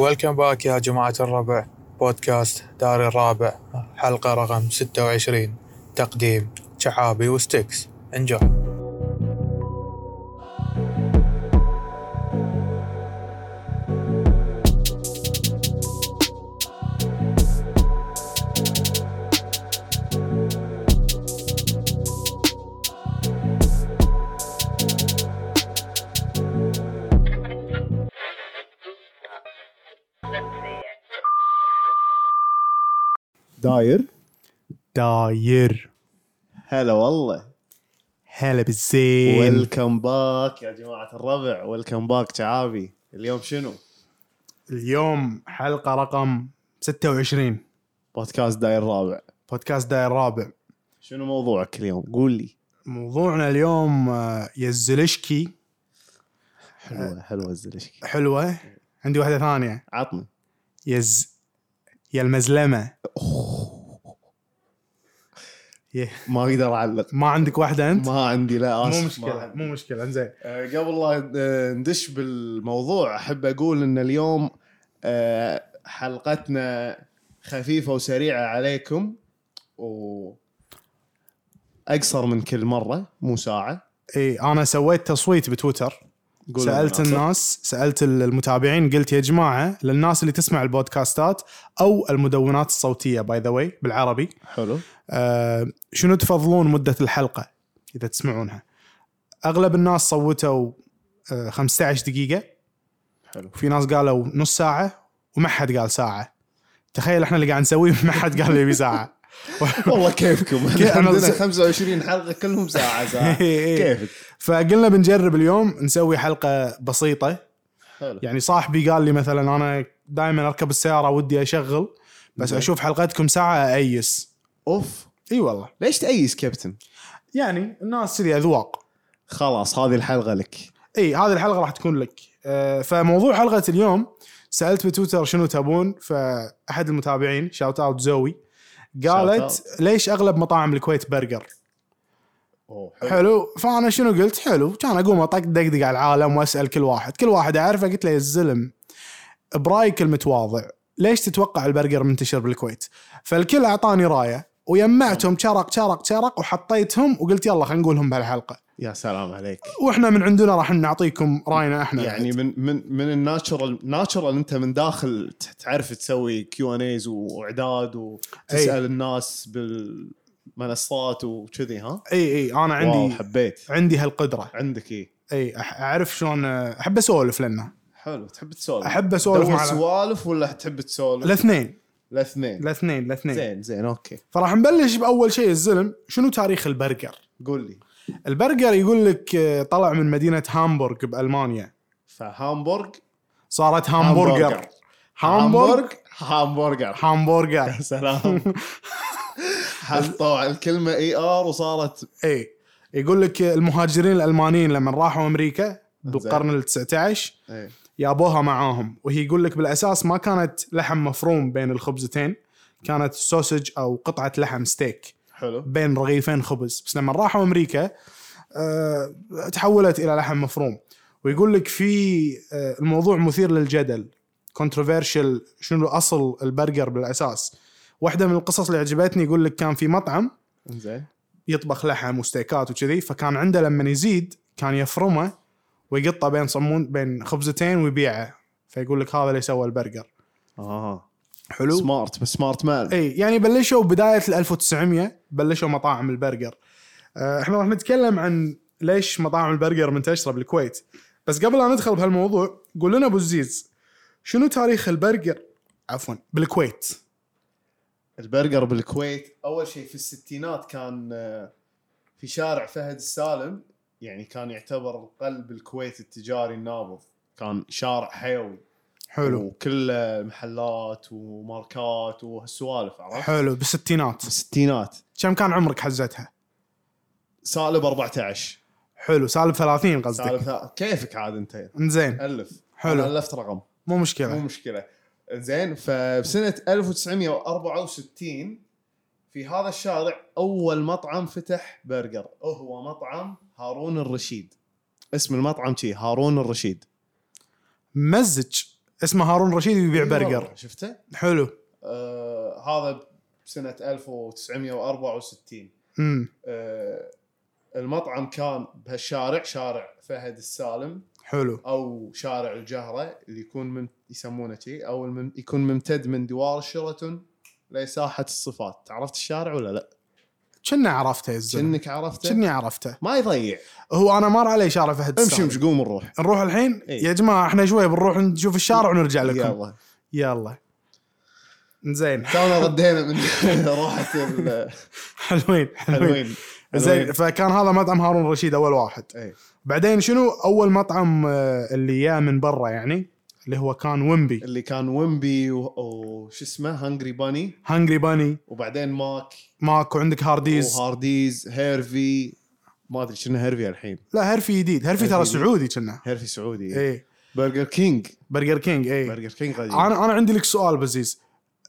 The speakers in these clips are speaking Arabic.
ويلكم باك يا جماعة الربع بودكاست دار الرابع حلقة رقم 26 تقديم شحابي وستكس انجوي داير داير هلا والله هلا بالزين ويلكم باك يا جماعه الربع ويلكم باك شعابي اليوم شنو اليوم حلقة رقم 26 بودكاست داير رابع بودكاست داير رابع شنو موضوعك اليوم قول لي موضوعنا اليوم آه، يا الزلشكي أه. حلوه حلوه الزلشكي حلوة عندي واحدة ثانية عطني يا الز... يا المزلمة يه. ما اقدر اعلق ما عندك واحدة أنت؟ ما عندي لا مو اسف مشكلة ما- مو مشكلة انزين آه، قبل لا آه، ندش بالموضوع احب اقول ان اليوم آه، حلقتنا خفيفه وسريعه عليكم و اقصر من كل مره مو ساعه اي إيه، أنا سويت تصويت بتويتر قولوا سالت المناطق. الناس سالت ال- المتابعين قلت يا جماعه للناس اللي تسمع البودكاستات او المدونات الصوتيه باي ذا واي بالعربي حلو آه شنو تفضلون مده الحلقه اذا تسمعونها اغلب الناس صوتوا آه 15 دقيقه حلو وفي ناس قالوا نص ساعه وما حد قال ساعه تخيل احنا اللي قاعد نسويه ما حد قال يبي ساعه والله كيفكم كيف- أنا عندنا بس- 25 حلقه كلهم ساعه ساعه إيه إيه. كيفك فقلنا بنجرب اليوم نسوي حلقه بسيطه حلو يعني صاحبي قال لي مثلا انا دائما اركب السياره ودي اشغل بس زين. اشوف حلقتكم ساعه ايس اوف اي والله ليش تأيس كابتن يعني الناس اللي اذواق خلاص هذه الحلقه لك اي هذه الحلقه راح تكون لك آه، فموضوع حلقه اليوم سالت بتويتر شنو تبون فاحد المتابعين شاوت اوت زوي Shout قالت ليش اغلب مطاعم الكويت برجر اوه حلو فانا شنو قلت حلو كان اقوم اطقدق على العالم واسال كل واحد كل واحد اعرفه قلت له يا الزلم برايك المتواضع ليش تتوقع البرجر منتشر بالكويت فالكل اعطاني رايه ويمعتهم شرق شرق شرق وحطيتهم وقلت يلا خلينا نقولهم بهالحلقه يا سلام عليك واحنا من عندنا راح نعطيكم راينا احنا يعني من من من الناتشرال ناتشرال انت من داخل ت- تعرف تسوي كيو ان ايز واعداد وتسال أي. الناس بالمنصات وكذي ها اي اي انا واو عندي حبيت عندي هالقدره عندك ايه اي أح- اعرف شلون أه، احب اسولف لنا حلو تحب تسولف احب اسولف تدور مع سوالف ولا تحب تسولف الاثنين الاثنين الاثنين الاثنين زين زين اوكي فراح نبلش باول شيء الزلم شنو تاريخ البرجر قول لي البرجر يقول لك آه، طلع من مدينة هامبورغ بألمانيا فهامبورغ صارت هامبورجر هامبورغ هامبورغ هامبورغر هامبورجر سلام حطوا على الكلمه اي ار وصارت اي يقول لك آه، المهاجرين الألمانيين لما راحوا أمريكا إنزين. بالقرن ال 19 إيه. يابوها معاهم وهي يقول لك بالأساس ما كانت لحم مفروم بين الخبزتين كانت سوسج أو قطعة لحم ستيك حلو بين رغيفين خبز بس لما راحوا امريكا آه، تحولت الى لحم مفروم ويقول لك في آه، الموضوع مثير للجدل كونتروفيرشل شنو اصل البرجر بالاساس واحده من القصص اللي عجبتني يقول لك كان في مطعم زين يطبخ لحم وستيكات وكذي فكان عنده لما يزيد كان يفرمه ويقطه بين صمون بين خبزتين ويبيعه فيقول لك هذا اللي سوى البرجر آه. اه حلو سمارت بس سمارت مان اي يعني بلشوا بدايه ال 1900 بلشوا مطاعم البرجر آه، احنا راح نتكلم عن ليش مطاعم البرجر منتشره بالكويت بس قبل لا ندخل بهالموضوع قول لنا ابو الزيز شنو تاريخ البرجر عفوا بالكويت البرجر بالكويت اول شيء في الستينات كان آه، في شارع فهد السالم يعني كان يعتبر قلب الكويت التجاري النابض كان شارع حيوي حلو وكله محلات وماركات وهالسوالف عرفت حلو بالستينات بالستينات كم كان عمرك حزتها سالب 14 حلو سالب 30 قصدك سالب ثا- كيفك عاد انت انزين الف حلو. أنا الفت رقم مو مو مشكله مشكله زين فبسنه 1964 في هذا الشارع اول مطعم فتح برجر هو مطعم هارون الرشيد اسم المطعم شي هارون الرشيد مزج اسمه هارون رشيد ويبيع إيه، برجر شفته؟ حلو آه هذا سنة 1964 امم آه المطعم كان بهالشارع شارع فهد السالم حلو او شارع الجهره اللي يكون من يسمونه شيء او المم يكون ممتد من دوار الشرطن لساحه الصفات عرفت الشارع ولا لا؟ كنا عرفته يا الزلمه كأنك عرفته كني عرفته ما يضيع هو انا مر علي شارع فهد امشي السالم. امشي قوم نروح نروح الحين إيه. يا جماعه احنا شوي بنروح نشوف الشارع ونرجع لكم يلا, يلا يلا. زين تونا ردينا من راحه ال- حلوين حلوين حلوين زين حلوين. فكان هذا مطعم هارون رشيد اول واحد إيه. بعدين شنو اول مطعم آه، اللي جاء من برا يعني اللي هو كان ويمبي اللي كان ويمبي و- وش اسمه هانجري باني هانجري باني وبعدين ماك ماك وعندك هارديز وهارديز هيرفي ما ادري شنو هيرفي الحين لا هيرفي جديد هيرفي ترى هيرفي جديد. إيه. سعودي كنا هيرفي سعودي ايه برجر كينج برجر كينج ايه برجر كينج غالي انا انا عندي لك سؤال بزيز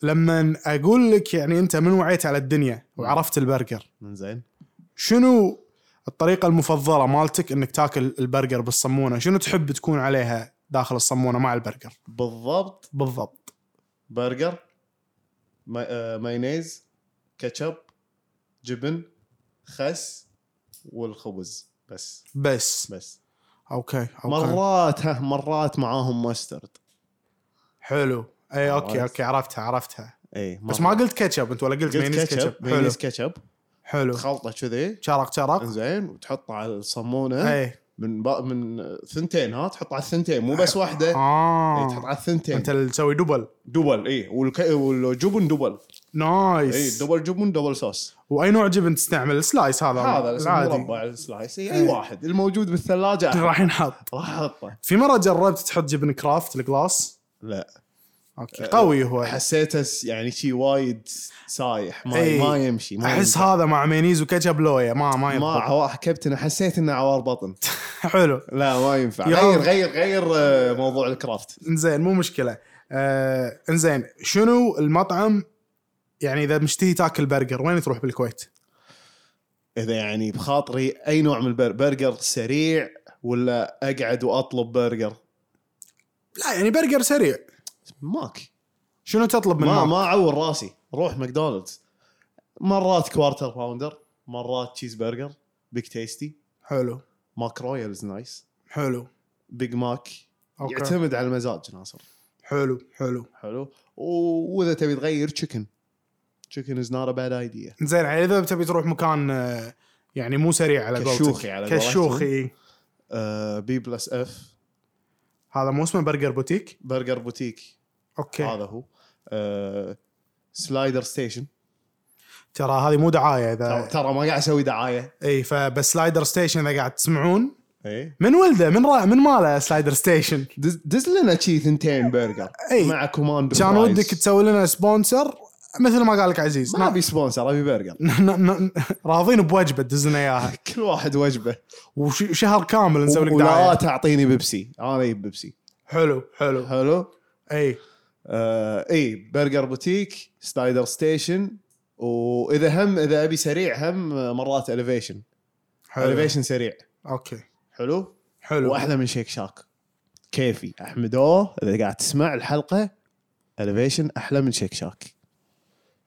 لما اقول لك يعني انت من وعيت على الدنيا وعرفت البرجر من زين شنو الطريقه المفضله مالتك انك تاكل البرجر بالصمونه شنو تحب تكون عليها داخل الصمونه مع البرجر بالضبط بالضبط برجر ماي... آه، مايونيز كاتشب جبن خس والخبز بس بس بس اوكي اوكي مرات ها مرات معاهم ماسترد حلو اي اوكي عرفت. اوكي عرفتها عرفتها اي بس ما قلت كاتشب انت ولا قلت إيه، قلت مايونيز كاتشب كاتشب حلو مايونيز كاتشب حلو تخلطه كذي شرق شرق زين وتحطه على الصمونه اي من با... من ثنتين ها تحط على الثنتين مو بس واحده إي، تحط اه على الثنتين انت اللي تسوي دبل دبل اي والك... والجبن دبل اي نايس دبل إيه، جبن دبل صوص واي نوع جبن تستعمل سلايس هذا هذا الاسم مربع السلايس إيه. اي, إيه، أي واحد الموجود بالثلاجه راح ينحط راح احطه في مره جربت تحط جبن كرافت الجلاص لا اوكي قوي هو حسيته س- يعني شيء وايد سايح ما, إي. ما يمشي ما احس ينفع. هذا مع مايونيز وكاتشب لويا ما ما ما ينفع عوار كابتن حسيت انه عوار بطن حلو لا ما ينفع يا غير رب. غير غير آه، موضوع الكرافت انزين مو مشكله آه انزين شنو المطعم يعني اذا مشتهي تاكل برجر وين تروح بالكويت؟ اذا يعني بخاطري اي نوع من البر- برجر سريع ولا اقعد واطلب برجر لا يعني برجر سريع ماك شنو تطلب من ما ماك؟ ما اعور راسي روح ماكدونالدز مرات كوارتر باوندر مرات تشيز برجر بيج تيستي حلو ماك رويالز نايس حلو بيج ماك أوكي. يعتمد على المزاج ناصر حلو حلو حلو و- واذا تبي تغير تشيكن تشيكن از نوت ا باد ايديا زين يعني اذا تبي تروح مكان آه، يعني مو سريع على قولتك كشوخي على قولتهم. كشوخي بي بلس اف هذا مو اسمه برجر بوتيك برجر بوتيك اوكي هذا هو آه، سلايدر ستيشن ترى هذه مو دعايه ترى- اذا ترى ما قاعد اسوي دعايه اي فبس سلايدر ستيشن اذا قاعد تسمعون اي من ولده من را من ماله سلايدر ستيشن دز دز لنا شي ثنتين برجر إي. مع كوماندو كان فرايز. ودك تسوي لنا سبونسر مثل ما قال لك عزيز ما نا- ابي سبونسر ابي برجر ن- ن- راضين بوجبه تدز لنا اياها كل واحد وجبه وشهر كامل نسوي لك ولا دعايه تعطيني بيبسي انا اجيب بيبسي حلو حلو حلو اي آه اي برجر بوتيك سلايدر ستيشن واذا هم اذا ابي سريع هم مرات الفيشن حلو الفيشن سريع اوكي حلو حلو واحلى من شيك شاك كيفي احمد اوه اذا قاعد تسمع الحلقه الفيشن احلى من شيك شاك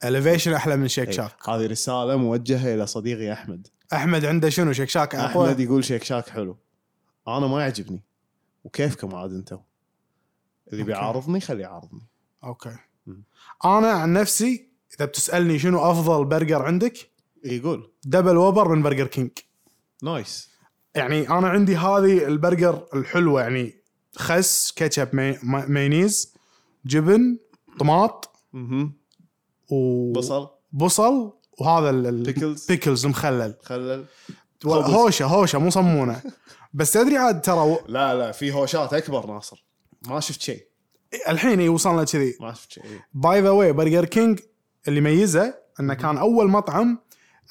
الفيشن احلى من شيك إي، شاك هذه رساله موجهه الى صديقي احمد احمد عنده شنو شيك شاك احمد اقوى يقول شيك شاك حلو انا ما يعجبني وكيفكم عاد انتم اللي بيعارضني خليه يعارضني اوكي مم. انا عن نفسي اذا بتسالني شنو افضل برجر عندك يقول دبل وبر من برجر كينج نايس يعني انا عندي هذه البرجر الحلوه يعني خس كاتشب ماي- ما- مايونيز جبن طماط مهم. و بصل بصل وهذا ال بيكلز بيكلز مخلل خلل خبز. هوشه هوشه مو صمونه بس تدري عاد ترى و- لا لا في هوشات اكبر ناصر ما شفت شيء الحين هي وصلنا كذي ما شفت شيء إيه. باي ذا واي برجر كينج اللي ميزه انه كان اول مطعم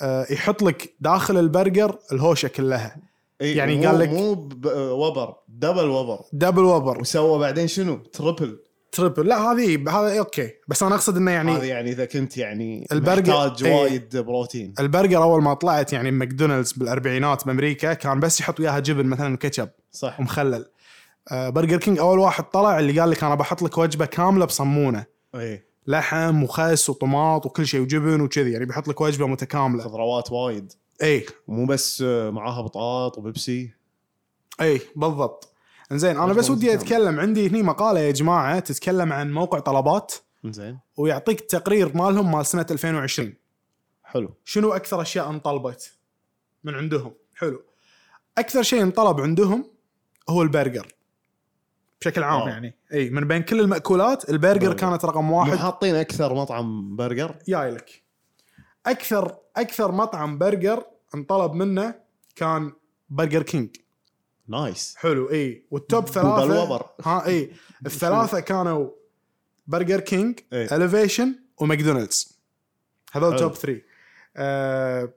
آه، يحط لك داخل البرجر الهوشه كلها إيه، يعني مو- قال لك- مو ب- وبر دبل وبر دبل وبر وسوى بعدين شنو تربل تريبل لا هذه هذا اوكي بس انا اقصد انه يعني هذا يعني يعني اذا كنت يعني البرجر- محتاج إيه. وايد بروتين البرجر اول ما طلعت يعني ماكدونالدز بالاربعينات بامريكا كان بس يحط وياها جبن مثلا كاتشب صح ومخلل آه، برجر كينج اول واحد طلع اللي قال لك انا بحط لك وجبه كامله بصمونه اي لحم وخس وطماط وكل شيء وجبن وكذي يعني بيحط لك إيه، وجبه متكامله خضروات وايد اي مو بس آه، معاها بطاط وبيبسي اي إيه، بالضبط زين انا بس ودي اتكلم عندي هني مقاله يا جماعه تتكلم عن موقع طلبات زين ويعطيك تقرير مالهم مال سنه 2020 حلو شنو اكثر اشياء انطلبت من عندهم حلو اكثر شيء انطلب عندهم هو البرجر بشكل عام آه. يعني اي من بين كل الماكولات البرجر برجر. كانت رقم واحد واحد حاطين اكثر مطعم برجر جاي لك اكثر اكثر مطعم برجر انطلب منه كان برجر كينج نايس حلو اي والتوب ثلاثه بالوبر. ها اي الثلاثه كانوا برجر كينج إي. اليفيشن وماكدونالدز هذول حلو. توب 3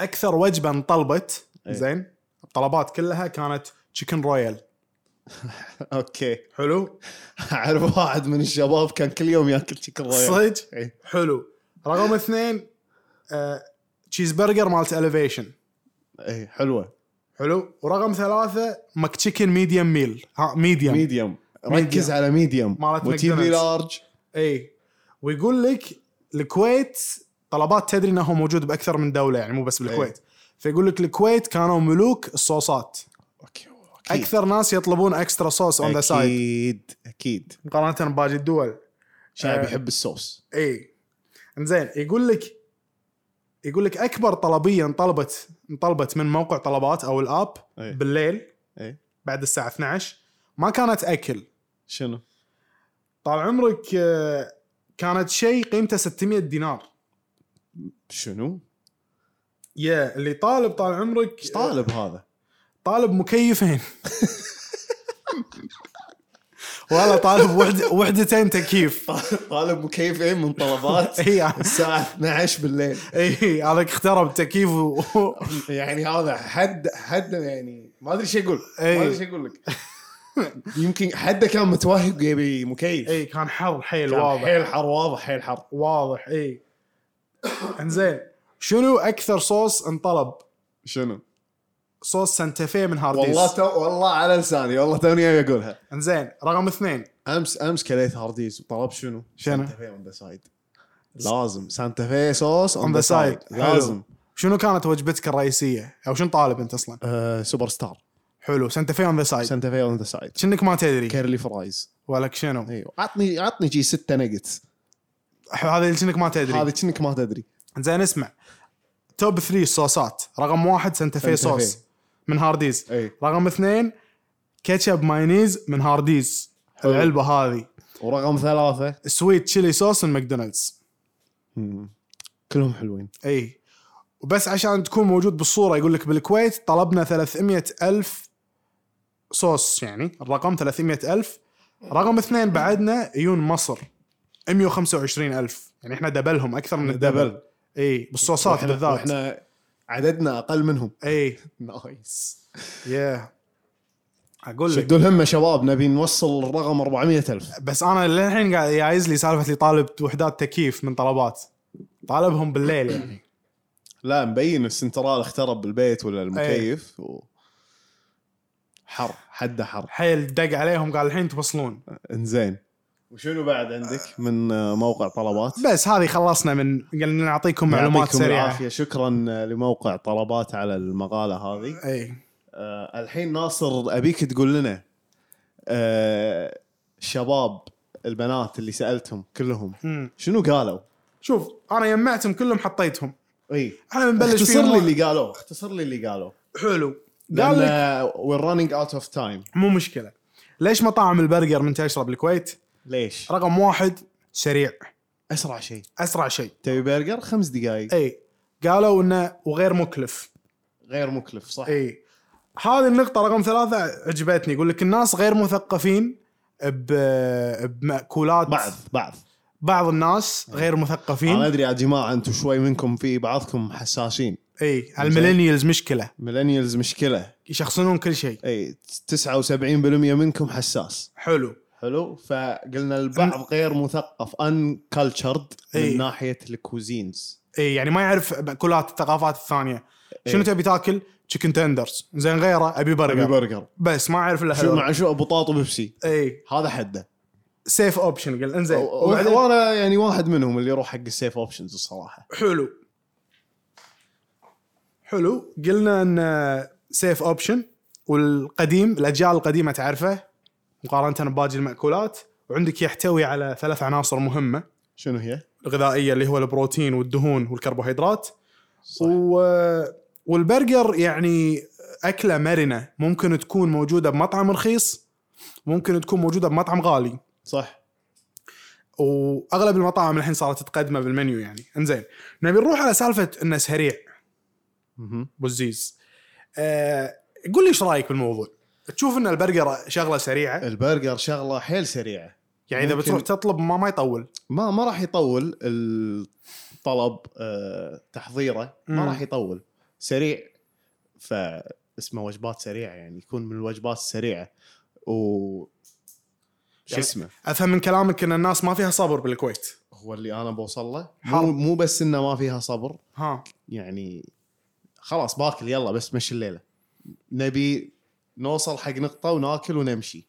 اكثر وجبه انطلبت إي. زين الطلبات كلها كانت تشيكن رويال اوكي حلو اعرف واحد من الشباب كان كل يوم ياكل إيه. تشيكن رويال صدق إي. حلو رقم اثنين تشيز برجر مالت اليفيشن اي حلوه حلو ورقم ثلاثة ماك تشيكن ميديم ميل ها ميديم ميديوم ركز medium. على ميديوم مالت وتيبي McDonald's. لارج اي إيه. ويقول لك الكويت طلبات تدري انه هو موجود باكثر من دولة يعني مو بس بالكويت فيقول لك الكويت كانوا ملوك الصوصات اوكي أكيد. اكثر ناس يطلبون اكسترا صوص اون ذا سايد اكيد اكيد مقارنة بباقي الدول شعب آه. يحب الصوص اي انزين يقول لك يقول لك اكبر طلبيه انطلبت انطلبت من موقع طلبات او الاب إي. بالليل إي. بعد الساعه 12 ما كانت اكل شنو؟ طال عمرك آه، كانت شيء قيمته 600 دينار شنو؟ يا اللي طالب طال عمرك ايش طالب هذا؟ طالب مكيفين والله طالب وحدة وحدتين تكييف طالب مكيفين من طلبات اي الساعة 12 بالليل اي هذا إيه، اخترب تكييف و... يعني هذا حد حد يعني ما ادري ايش اقول إي. ما ادري ايش اقول لك يمكن حده كان متوهق يبي مكيف اي كان حر حيل كان إيه، واضح حيل حر واضح حيل حر واضح اي انزين شنو اكثر صوص انطلب؟ شنو؟ صوص سانتافيه من هارديز والله تو والله على لساني والله توني أبي اقولها انزين رقم اثنين امس امس كليت هارديز وطلب شنو؟ شنو؟ سانتا فيه اون ذا سايد لازم سانتا فيه صوص On اون the ذا سايد side. حلو. لازم شنو كانت وجبتك الرئيسيه؟ او شنو طالب انت اصلا؟ آه، سوبر ستار حلو سانتافيه اون ذا سايد سانتا فيه اون ذا سايد شنك ما تدري كيرلي فرايز ولك شنو؟ ايوه عطني عطني جي ستة ناجتس هذا اللي شنك ما تدري هذا كأنك ما تدري انزين اسمع توب 3 صوصات رقم واحد سانتافيه سانتافيه. صوص من هارديز اي رقم اثنين كاتشب مايونيز من هارديز حلو. العلبه هذه ورقم ثلاثة سويت تشيلي صوص من ماكدونالدز كلهم حلوين اي وبس عشان تكون موجود بالصوره يقول لك بالكويت طلبنا 300 الف صوص يعني الرقم 300 الف رقم اثنين بعدنا يجون مصر 125 الف يعني احنا دبلهم اكثر من الدبل دبل. اي بالصوصات وإحنا- بالذات واحنا عددنا اقل منهم اي نايس يا اقول لك شدوا الهمة شباب نبي نوصل الرقم 400 ألف بس انا للحين قاعد يعايز لي سالفه اللي طالب وحدات تكييف من طلبات طالبهم بالليل يعني لا مبين السنترال اخترب بالبيت ولا إيه. المكيف و... حر حده حر حيل دق عليهم قال الحين توصلون انزين وشنو بعد عندك من آه، موقع طلبات بس هذه خلصنا من قلنا نعطيكم معلومات يعطيكم سريعه العافية شكرا آه، لموقع طلبات على المقالة هذه اي آه الحين ناصر ابيك تقول لنا آه شباب البنات اللي سالتهم كلهم مم. شنو قالوا؟ شوف انا جمعتهم كلهم حطيتهم اي احنا بنبلش اختصر لي فيهم اللي قالوه اختصر لي اللي آه، قالوه حلو قال لك لان وير رانينج اوت اوف تايم مو مشكله ليش مطاعم البرجر منتشره بالكويت؟ ليش؟ رقم واحد سريع اسرع شيء اسرع شيء تبي برجر خمس دقائق اي قالوا انه وغير مكلف غير مكلف صح؟ اي هذه النقطة رقم ثلاثة عجبتني يقول لك الناس غير مثقفين ب... بمأكولات بعض بعض بعض الناس غير انا مثقفين ادري يا جماعه انتم شوي منكم في بعضكم حساسين اي الميلينيالز مشكلة ميلينيالز مشكله يشخصنون كل شيء اي 79% منكم حساس حلو حلو فقلنا البعض غير مثقف ان كلتشرد إي. من ناحيه الكوزينز إيه، اي يعني ما يعرف مأكولات الثقافات الثانيه شنو تبي تاكل؟ تشيكن تندرز زين غيره ابي ابي برجر إيه. برجر بس ما إيه، اعرف الا شو هذول. مع شو بطاط وبيبسي اي هذا حده سيف اوبشن قل انزين و- وبعدين- وانا يعني واحد منهم اللي يروح حق السيف اوبشنز الصراحه حلو حلو قلنا ان سيف اوبشن والقديم الاجيال القديمه تعرفه مقارنه بباقي الماكولات وعندك يحتوي على ثلاث عناصر مهمه شنو هي؟ الغذائيه اللي هو البروتين والدهون والكربوهيدرات صح و... والبرجر يعني اكله مرنه ممكن تكون موجوده بمطعم رخيص ممكن تكون موجوده بمطعم غالي صح واغلب المطاعم الحين صارت تقدمه بالمنيو يعني انزين نبي نروح على سالفه انه سريع مهم. بوزيز آه قول لي ايش رايك بالموضوع تشوف ان البرجر شغله سريعه البرجر شغله حيل سريعه يعني اذا ممكن- بتروح تطلب ما ما يطول ما ما راح يطول الطلب آه، تحضيره ما مم. راح يطول سريع ف اسمه وجبات سريعه يعني يكون من الوجبات السريعه و شو يعني- اسمه افهم من كلامك ان الناس ما فيها صبر بالكويت هو اللي انا بوصل له حرب. مو, مو بس انه ما فيها صبر ها يعني خلاص باكل يلا بس مشي الليله نبي نوصل حق نقطه وناكل ونمشي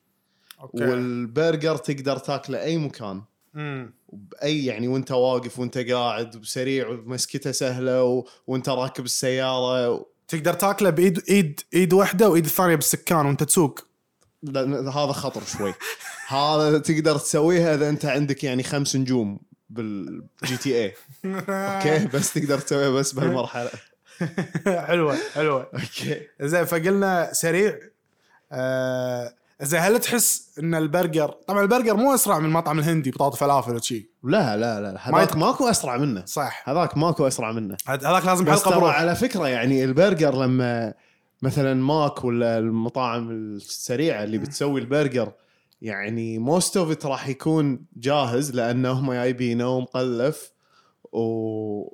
اوكي وال... والبرجر تقدر تاكله اي مكان مم. باي يعني وانت واقف وانت قاعد وسريع ومسكته سهله و... وانت راكب السياره و... تقدر تاكله بايد ايد ايد واحده وايد الثانيه بالسكان وانت تسوق لا لا، هذا خطر شوي هذا تقدر تسويها اذا انت عندك يعني خمس نجوم بالجي تي اي اوكي بس تقدر تسويها بس بهالمرحله حلوه حلوه اوكي زين فقلنا سريع آه زين هل تحس ان البرجر طبعا البرجر مو اسرع من المطعم الهندي بطاطا فلافل وشي لا لا لا ما هذاك يت- ماكو اسرع منه صح هذاك ماكو اسرع منه هذ- هذاك لازم بس حلقه ترى بروح على فكره يعني البرجر لما مثلا ماك ولا المطاعم السريعه اللي بتسوي البرجر يعني موست اوف راح يكون جاهز لانه هم جايبينه ومقلف و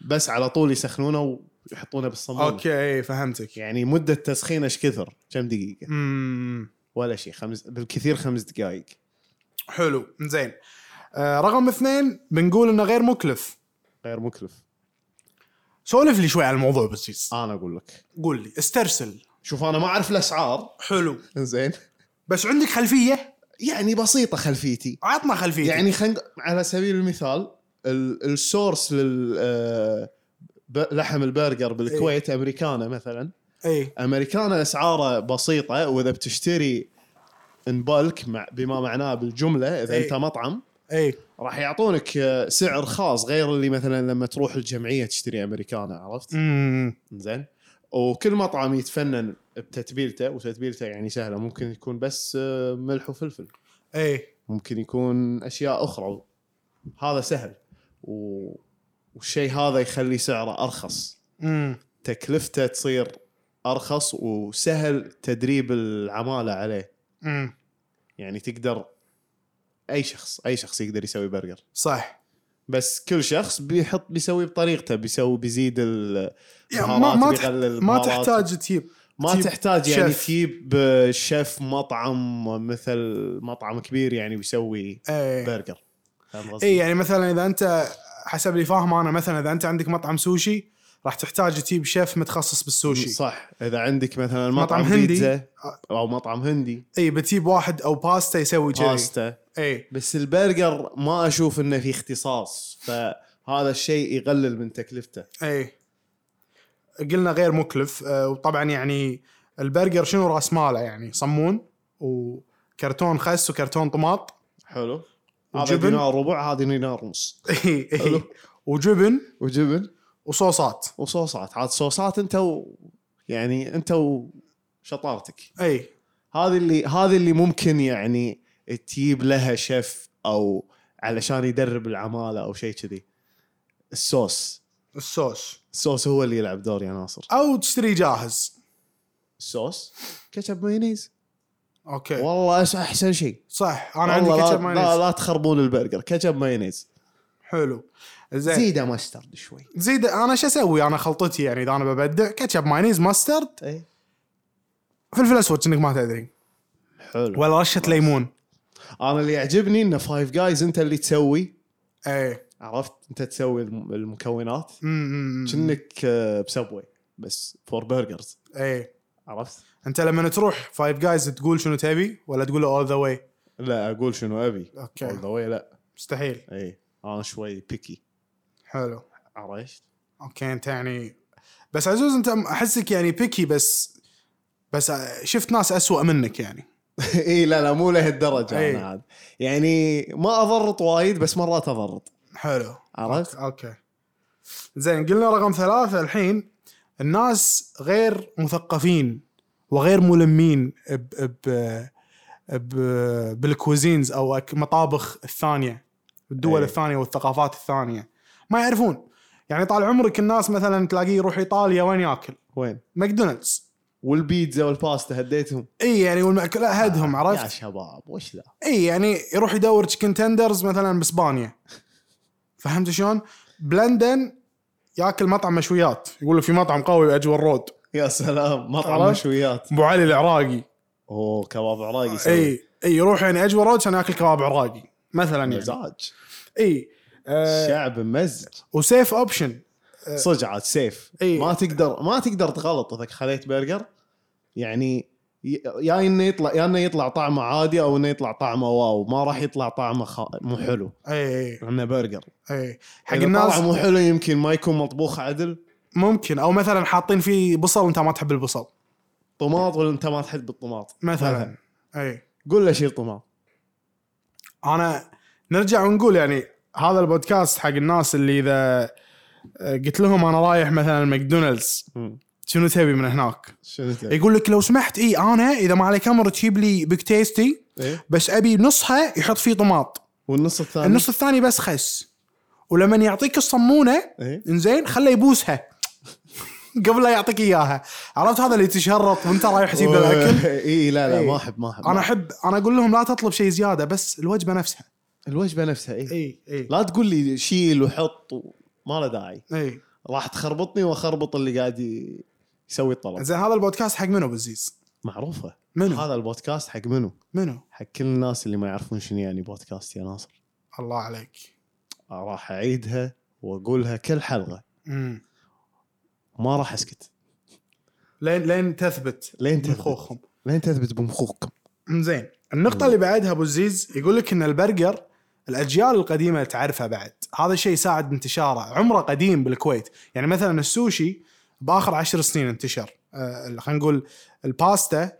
بس على طول يسخنونه ويحطونه بالصمام اوكي إيه، فهمتك يعني مده تسخينه ايش كثر؟ كم دقيقه؟ امم ولا شيء خمس بالكثير خمس دقائق حلو زين آه رقم اثنين بنقول انه غير مكلف غير مكلف سولف لي شوي على الموضوع بسيس انا اقول لك قول لي استرسل شوف انا ما اعرف الاسعار حلو زين بس عندك خلفيه يعني بسيطه خلفيتي عطنا خلفيه يعني خلينا على سبيل المثال ال- السورس لل آه، ب- لحم البرجر بالكويت امريكانا مثلا اي امريكانا اسعاره بسيطه واذا بتشتري ان بالك مع بما معناه بالجمله اذا إيه. انت مطعم اي راح يعطونك آه، سعر خاص غير اللي مثلا لما تروح الجمعيه تشتري امريكانا عرفت؟ امم زين وكل مطعم يتفنن بتتبيلته وتتبيلته يعني سهله ممكن يكون بس آه، ملح وفلفل اي ممكن يكون اشياء اخرى هذا سهل و... والشيء هذا يخلي سعره ارخص امم تكلفته تصير ارخص وسهل تدريب العماله عليه امم يعني تقدر اي شخص اي شخص يقدر يسوي برجر صح بس كل شخص بيحط بيسوي بطريقته بيسوي بيزيد ال- يعني البهارات ما ما, تح... بيقلل ما البهارات. تحتاج تجيب ما تجيب تحتاج يعني شيف. تجيب شيف مطعم مثل مطعم كبير يعني بيسوي اي برجر فاهم قصدي؟ اي إيه. يعني مثلا اذا انت حسب اللي فاهم انا مثلا اذا انت عندك مطعم سوشي راح تحتاج تجيب شيف متخصص بالسوشي صح اذا عندك مثلا مطعم مطعم, هندي. هندي آه. بيتزا او مطعم هندي اي إيه، بتجيب واحد او باستا يسوي إيه، كذي باستا اي بس البرجر ما اشوف انه في اختصاص فهذا الشيء يقلل من تكلفته اي إيه. قلنا غير مكلف آه، وطبعا يعني البرجر شنو راس ماله يعني صمون وكرتون خس وكرتون طماط حلو هذا وجبن. دينار ربع هذا دينار ونص اي اي حلو. إيه، وجبن وجبن وصوصات وصوصات عاد صوصات انت و... يعني انت وشطارتك اي هذه اللي هذه اللي ممكن يعني تجيب لها شيف او علشان يدرب العماله او شيء كذي الصوص الصوص الصوص هو اللي يلعب دور يا ناصر او تشتري جاهز الصوص كاتشب مايونيز اوكي والله أس- احسن شيء صح انا انا عندي كاتشب لا, مايونيز لا تخربون البرجر كاتشب مايونيز حلو زين زيده ماسترد شوي زيد انا شو اسوي انا خلطتي يعني اذا انا ببدع كاتشب مايونيز ماسترد اي فلفل اسود كأنك ما تدري حلو ولا رشه ليمون انا اللي يعجبني انه فايف جايز انت اللي تسوي اي إيه. عرفت انت تسوي الم- المكونات أمم. كأنك آه، بسبوي بس فور برجرز اي عرفت؟ انت إيه. لما تروح فايف جايز تقول شنو تبي ولا تقول اول ذا واي لا اقول شنو ابي اول اوكي ذا واي لا مستحيل اي انا شوي بيكي حلو عرفت؟ اوكي انت يعني بس عزوز انت احسك يعني بيكي بس بس شفت ناس أسوأ منك يعني اي إيه، لا لا مو لهالدرجه إي. انا عاد يعني ما اضرط وايد بس مرات اضرط حلو عرفت؟ اوكي زين قلنا رقم ثلاثة الحين الناس غير مثقفين وغير ملمين ب ب ب بالكوزينز او أك- مطابخ الثانية الدول أي. الثانية والثقافات الثانية ما يعرفون يعني طال عمرك الناس مثلا تلاقيه يروح ايطاليا وين ياكل؟ وين؟ ماكدونالدز والبيتزا والباستا هديتهم اي يعني والمأكل هدهم آه، يا عرفت؟ شباب وش ذا؟ اي يعني يروح يدور تشيكن تندرز مثلا باسبانيا فهمت شلون؟ بلندن ياكل مطعم مشويات يقول له في مطعم قوي باجوى الرود يا سلام مطعم عرفت؟ مشويات ابو علي العراقي اوه كباب عراقي يسوي. اي اي يروح يعني اجوى الرود عشان ياكل كباب عراقي مثلا يعني مزاج اي آه شعب ممزج وسيف اوبشن صدق عاد سيف إي. ما تقدر ما تقدر تغلط اذا خليت برجر يعني ي- يا انه يطلع يا انه يطلع طعمه عادي او انه يطلع طعمه واو ما راح يطلع طعمه خ... مو حلو اي اي لانه برجر اي حق حق الناس الناس طعمه حلو يمكن ما يكون مطبوخ عدل ممكن او مثلا حاطين فيه بصل انت ما تحب البصل طماط ولا انت ما تحب الطماط مثلا اي قول له شيل طماط انا نرجع ونقول يعني هذا البودكاست حق الناس اللي اذا آه، قلت لهم انا رايح مثلا ماكدونالدز مم. شنو تبي من هناك؟ شنو تبي؟ يقول لك لو سمحت اي انا اذا ما عليك امر تجيب لي بيك تيستي إيه؟ بس ابي نصها يحط فيه طماط، والنص الثاني النص الثاني بس خس. ولما يعطيك الصمونه إيه؟ انزين خله يبوسها قبل لا يعطيك اياها، عرفت هذا اللي تشرط وانت رايح تجيب له الاكل؟ اي لا لا إيه. ما احب ما احب انا احب انا اقول لهم لا تطلب شيء زياده بس الوجبه نفسها. الوجبه نفسها اي اي اي لا تقول لي شيل وحط و... ما له داعي اي راح تخربطني واخربط اللي قاعد ي- يسوي الطلب زين هذا البودكاست حق منو بالزيز؟ معروفه منو؟ هذا البودكاست حق منو؟ منو؟ حق كل الناس اللي ما يعرفون شنو يعني بودكاست يا ناصر الله عليك. راح اعيدها واقولها كل حلقه امم ما راح اسكت لين لين تثبت لين تثبت مخوخهم. لين تثبت بمخوخكم زين النقطة اللي بعدها ابو الزيز يقول لك ان البرجر الاجيال القديمة تعرفه بعد، هذا الشيء ساعد انتشاره، عمره قديم بالكويت، يعني مثلا السوشي باخر عشر سنين انتشر، آه خلينا نقول الباستا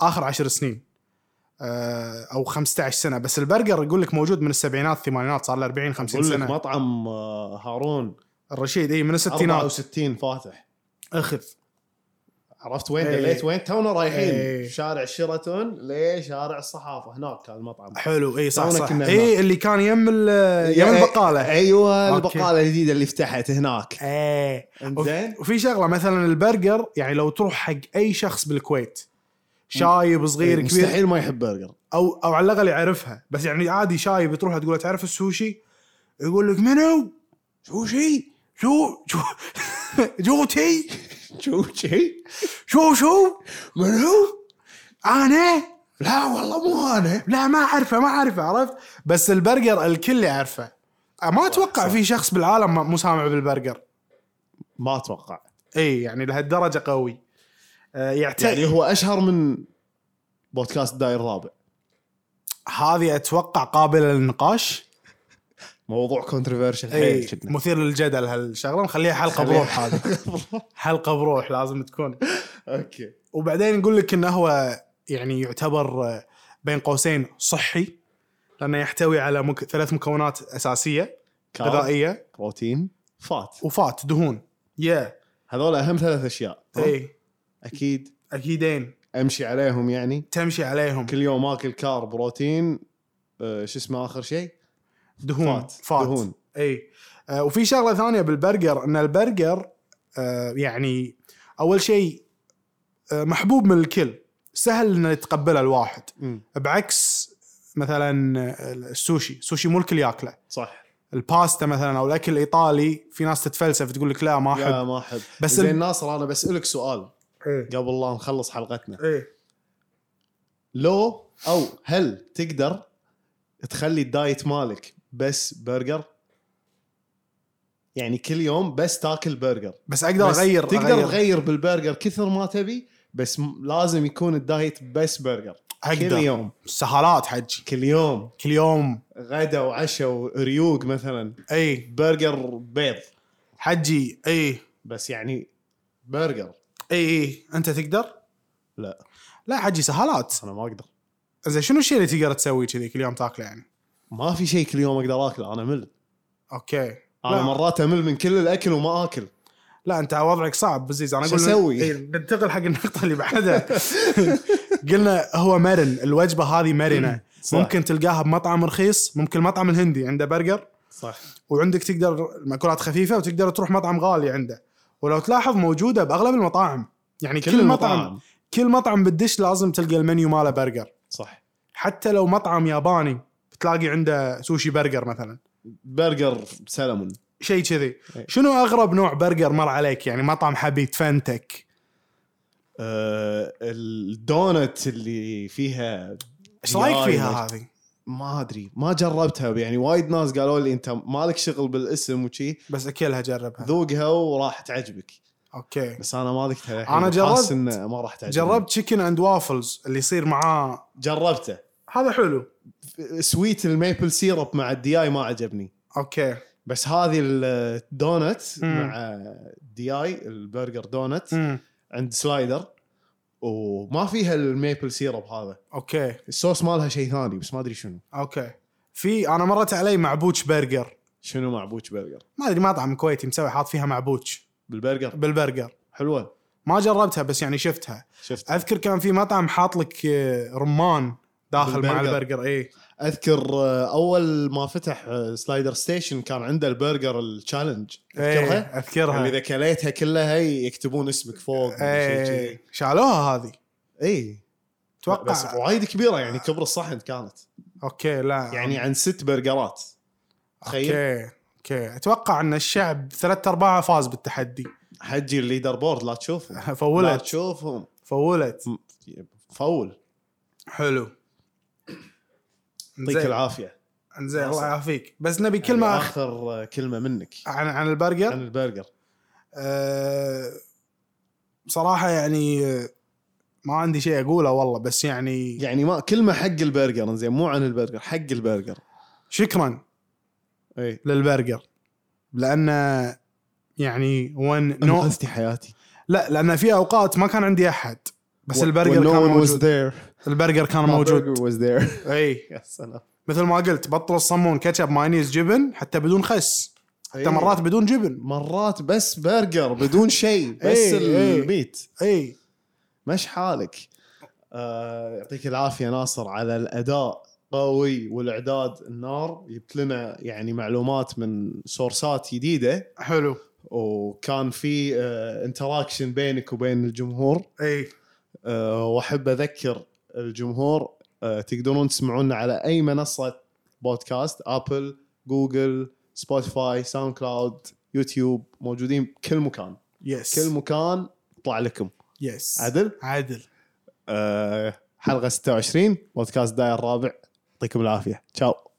باخر عشر سنين آه او 15 سنة، بس البرجر يقول لك موجود من السبعينات الثمانينات صار له 40 50 اقول لك سنة، مطعم آه، هارون الرشيد اي من الستينات 64 فاتح اخذ عرفت وين إيه. دليت وين تونا إيه. رايحين شارع شيراتون لشارع الصحافه هناك كان المطعم حلو اي صح تونا صح كنا اي اللي كان يم ال- يم يعني- البقاله ايوه أوكي. البقاله الجديده اللي فتحت هناك ايه انزين وفي شغله مثلا البرجر يعني لو تروح حق اي شخص بالكويت شايب صغير كبير مستحيل ما يحب برجر او او على الاقل يعرفها بس يعني عادي شايب تروح تقول له تعرف السوشي يقول لك منو سوشي شو شو جوتي شو شيء شو شو منو؟ انا لا والله مو انا لا ما اعرفه ما اعرفه عرفت بس البرجر الكل يعرفه أه، ما اتوقع صح. في شخص بالعالم ما- مو سامع بالبرجر ما اتوقع اي يعني لهالدرجه قوي آه، يعتقد يعني هو اشهر من بودكاست داير رابع هذه اتوقع قابله للنقاش موضوع كونتروفيرشل اي حيل كنا. مثير للجدل هالشغله نخليها حلقه خليها بروح هذه حلقه بروح لازم تكون اوكي وبعدين نقول لك انه هو يعني يعتبر آه، بين قوسين صحي لانه يحتوي على مك... ثلاث مكونات اساسيه كارب، غذائيه بروتين فات وفات دهون يا هذول اهم ثلاث اشياء اي اكيد اكيدين امشي عليهم يعني إيه. تمشي عليهم كل يوم اكل كار بروتين آه، شو اسمه اخر شيء دهون فات. دهون. اي آه وفي شغله ثانيه بالبرجر ان البرجر آه يعني اول شيء آه محبوب من الكل سهل انه يتقبله الواحد بعكس مثلا السوشي السوشي مو الكل ياكله صح الباستا مثلا او الاكل الايطالي في ناس تتفلسف تقول لك لا ما يا احب ما احب بس بس زين ال- ناصر انا بسالك سؤال ايه قبل لا نخلص حلقتنا ايه لو او هل تقدر تخلي الدايت مالك بس برجر يعني كل يوم بس تاكل برجر بس اقدر بس اغير تقدر أغير. تغير بالبرجر كثر ما تبي بس م- لازم يكون الدايت بس برجر كل اقدر يوم سهالات حجي كل يوم كل يوم إيه. غدا وعشاء وريوق مثلا اي برجر بيض حجي إيه، اي بس يعني برجر اي اي انت إيه، تقدر؟ لا لا حجي سهالات انا ما اقدر زين شنو الشيء اللي تقدر تسويه كذي كل يوم تاكله يعني؟ ما في شيء كل يوم اقدر اكله انا مل اوكي انا لا. مرات امل من كل الاكل وما اكل لا انت وضعك صعب بزيز انا شو اقول أسوي؟ إيه، ننتقل حق النقطه اللي بعدها قلنا هو مرن الوجبه هذه مرنه صح. ممكن تلقاها بمطعم رخيص ممكن المطعم الهندي عنده برجر صح وعندك تقدر مأكولات خفيفه وتقدر تروح مطعم غالي عنده ولو تلاحظ موجوده باغلب المطاعم يعني كل, كل كل مطعم المطاعم كل مطعم بالدش لازم تلقى المنيو ماله برجر صح حتى لو مطعم ياباني بتلاقي عنده سوشي برجر مثلا برجر سلمون شيء كذي إيه. شنو اغرب نوع برجر مر عليك يعني مطعم حبيت فنتك آه الدونت اللي فيها ايش رايك دياي فيها ما- هذه ما ادري ما جربتها يعني وايد ناس قالوا لي انت مالك شغل بالاسم وشي بس اكلها جربها ذوقها وراح تعجبك اوكي بس انا ما ذقتها للحين أنا جربت- حاسس انه ما راح تعجبني جربت تشيكن اند وافلز اللي يصير معاه جربته هذا حلو سويت الميبل سيرب مع الدياي ما عجبني اوكي بس هذه الدونت مم. مع الدياي البرجر دونت امم عند سلايدر وما فيها الميبل سيرب هذا اوكي الصوص مالها شيء ثاني بس ما ادري شنو اوكي في انا مرت علي معبوش برجر شنو مع بوتش برجر ما ادري مطعم كويتي مسوي حاط فيها معبوش بالبرجر بالبرجر حلوه ما جربتها بس يعني شفتها شفت اذكر كان في مطعم حاط لك آه، رمان داخل مع بالبرجر. البرجر إيه. اي اذكر آه، اول ما فتح آه، سلايدر ستيشن كان عنده البرجر التشالنج تذكرها؟ اذكرها اذكرها اللي اذا كليتها كلها هي يكتبون اسمك فوق ولا شيء اي كذي. إيه، شالوها هذه اي إيه. بس اتوقع وايد كبيره يعني كبر الصحن كانت اوكي لا يعني عن ست برجرات تخيل اوكي اوكي اتوقع ان الشعب ثلاث ارباعه فاز بالتحدي حجي الليدر بورد لا تشوفهم لا فولت تشوفهم فولت فول حلو يعطيك العافيه زين الله يعافيك بس نبي كلمه يعني أخ... اخر كلمه منك عن عن البرجر عن البرجر أه... صراحه يعني آه، ما عندي شيء اقوله والله بس يعني يعني ما كلمه حق البرجر زين مو عن البرجر حق البرجر شكرا اي للبرجر لان يعني وين نو نو قصدي حياتي لا لان في اوقات ما كان عندي احد بس البرجر no كان one was موجود there البرجر كان My موجود burger was there اي يا سلام مثل ما قلت بطل الصمون كاتشب مايونيز جبن حتى بدون خس إيه. حتى مرات بدون جبن مرات بس برجر بدون شيء بس إيه، إيه. الميت اي مش حالك آه يعطيك العافيه ناصر على الاداء قوي والاعداد النار جبت لنا يعني معلومات من سورسات جديده حلو وكان في آه انتراكشن بينك وبين الجمهور اي آه واحب اذكر الجمهور آه تقدرون تسمعونا على اي منصه بودكاست ابل جوجل سبوتيفاي ساوند كلاود يوتيوب موجودين بكل مكان يس كل مكان طلع لكم يس عدل عدل آه، حلقه 26 بودكاست داير الرابع يعطيكم العافيه تشاو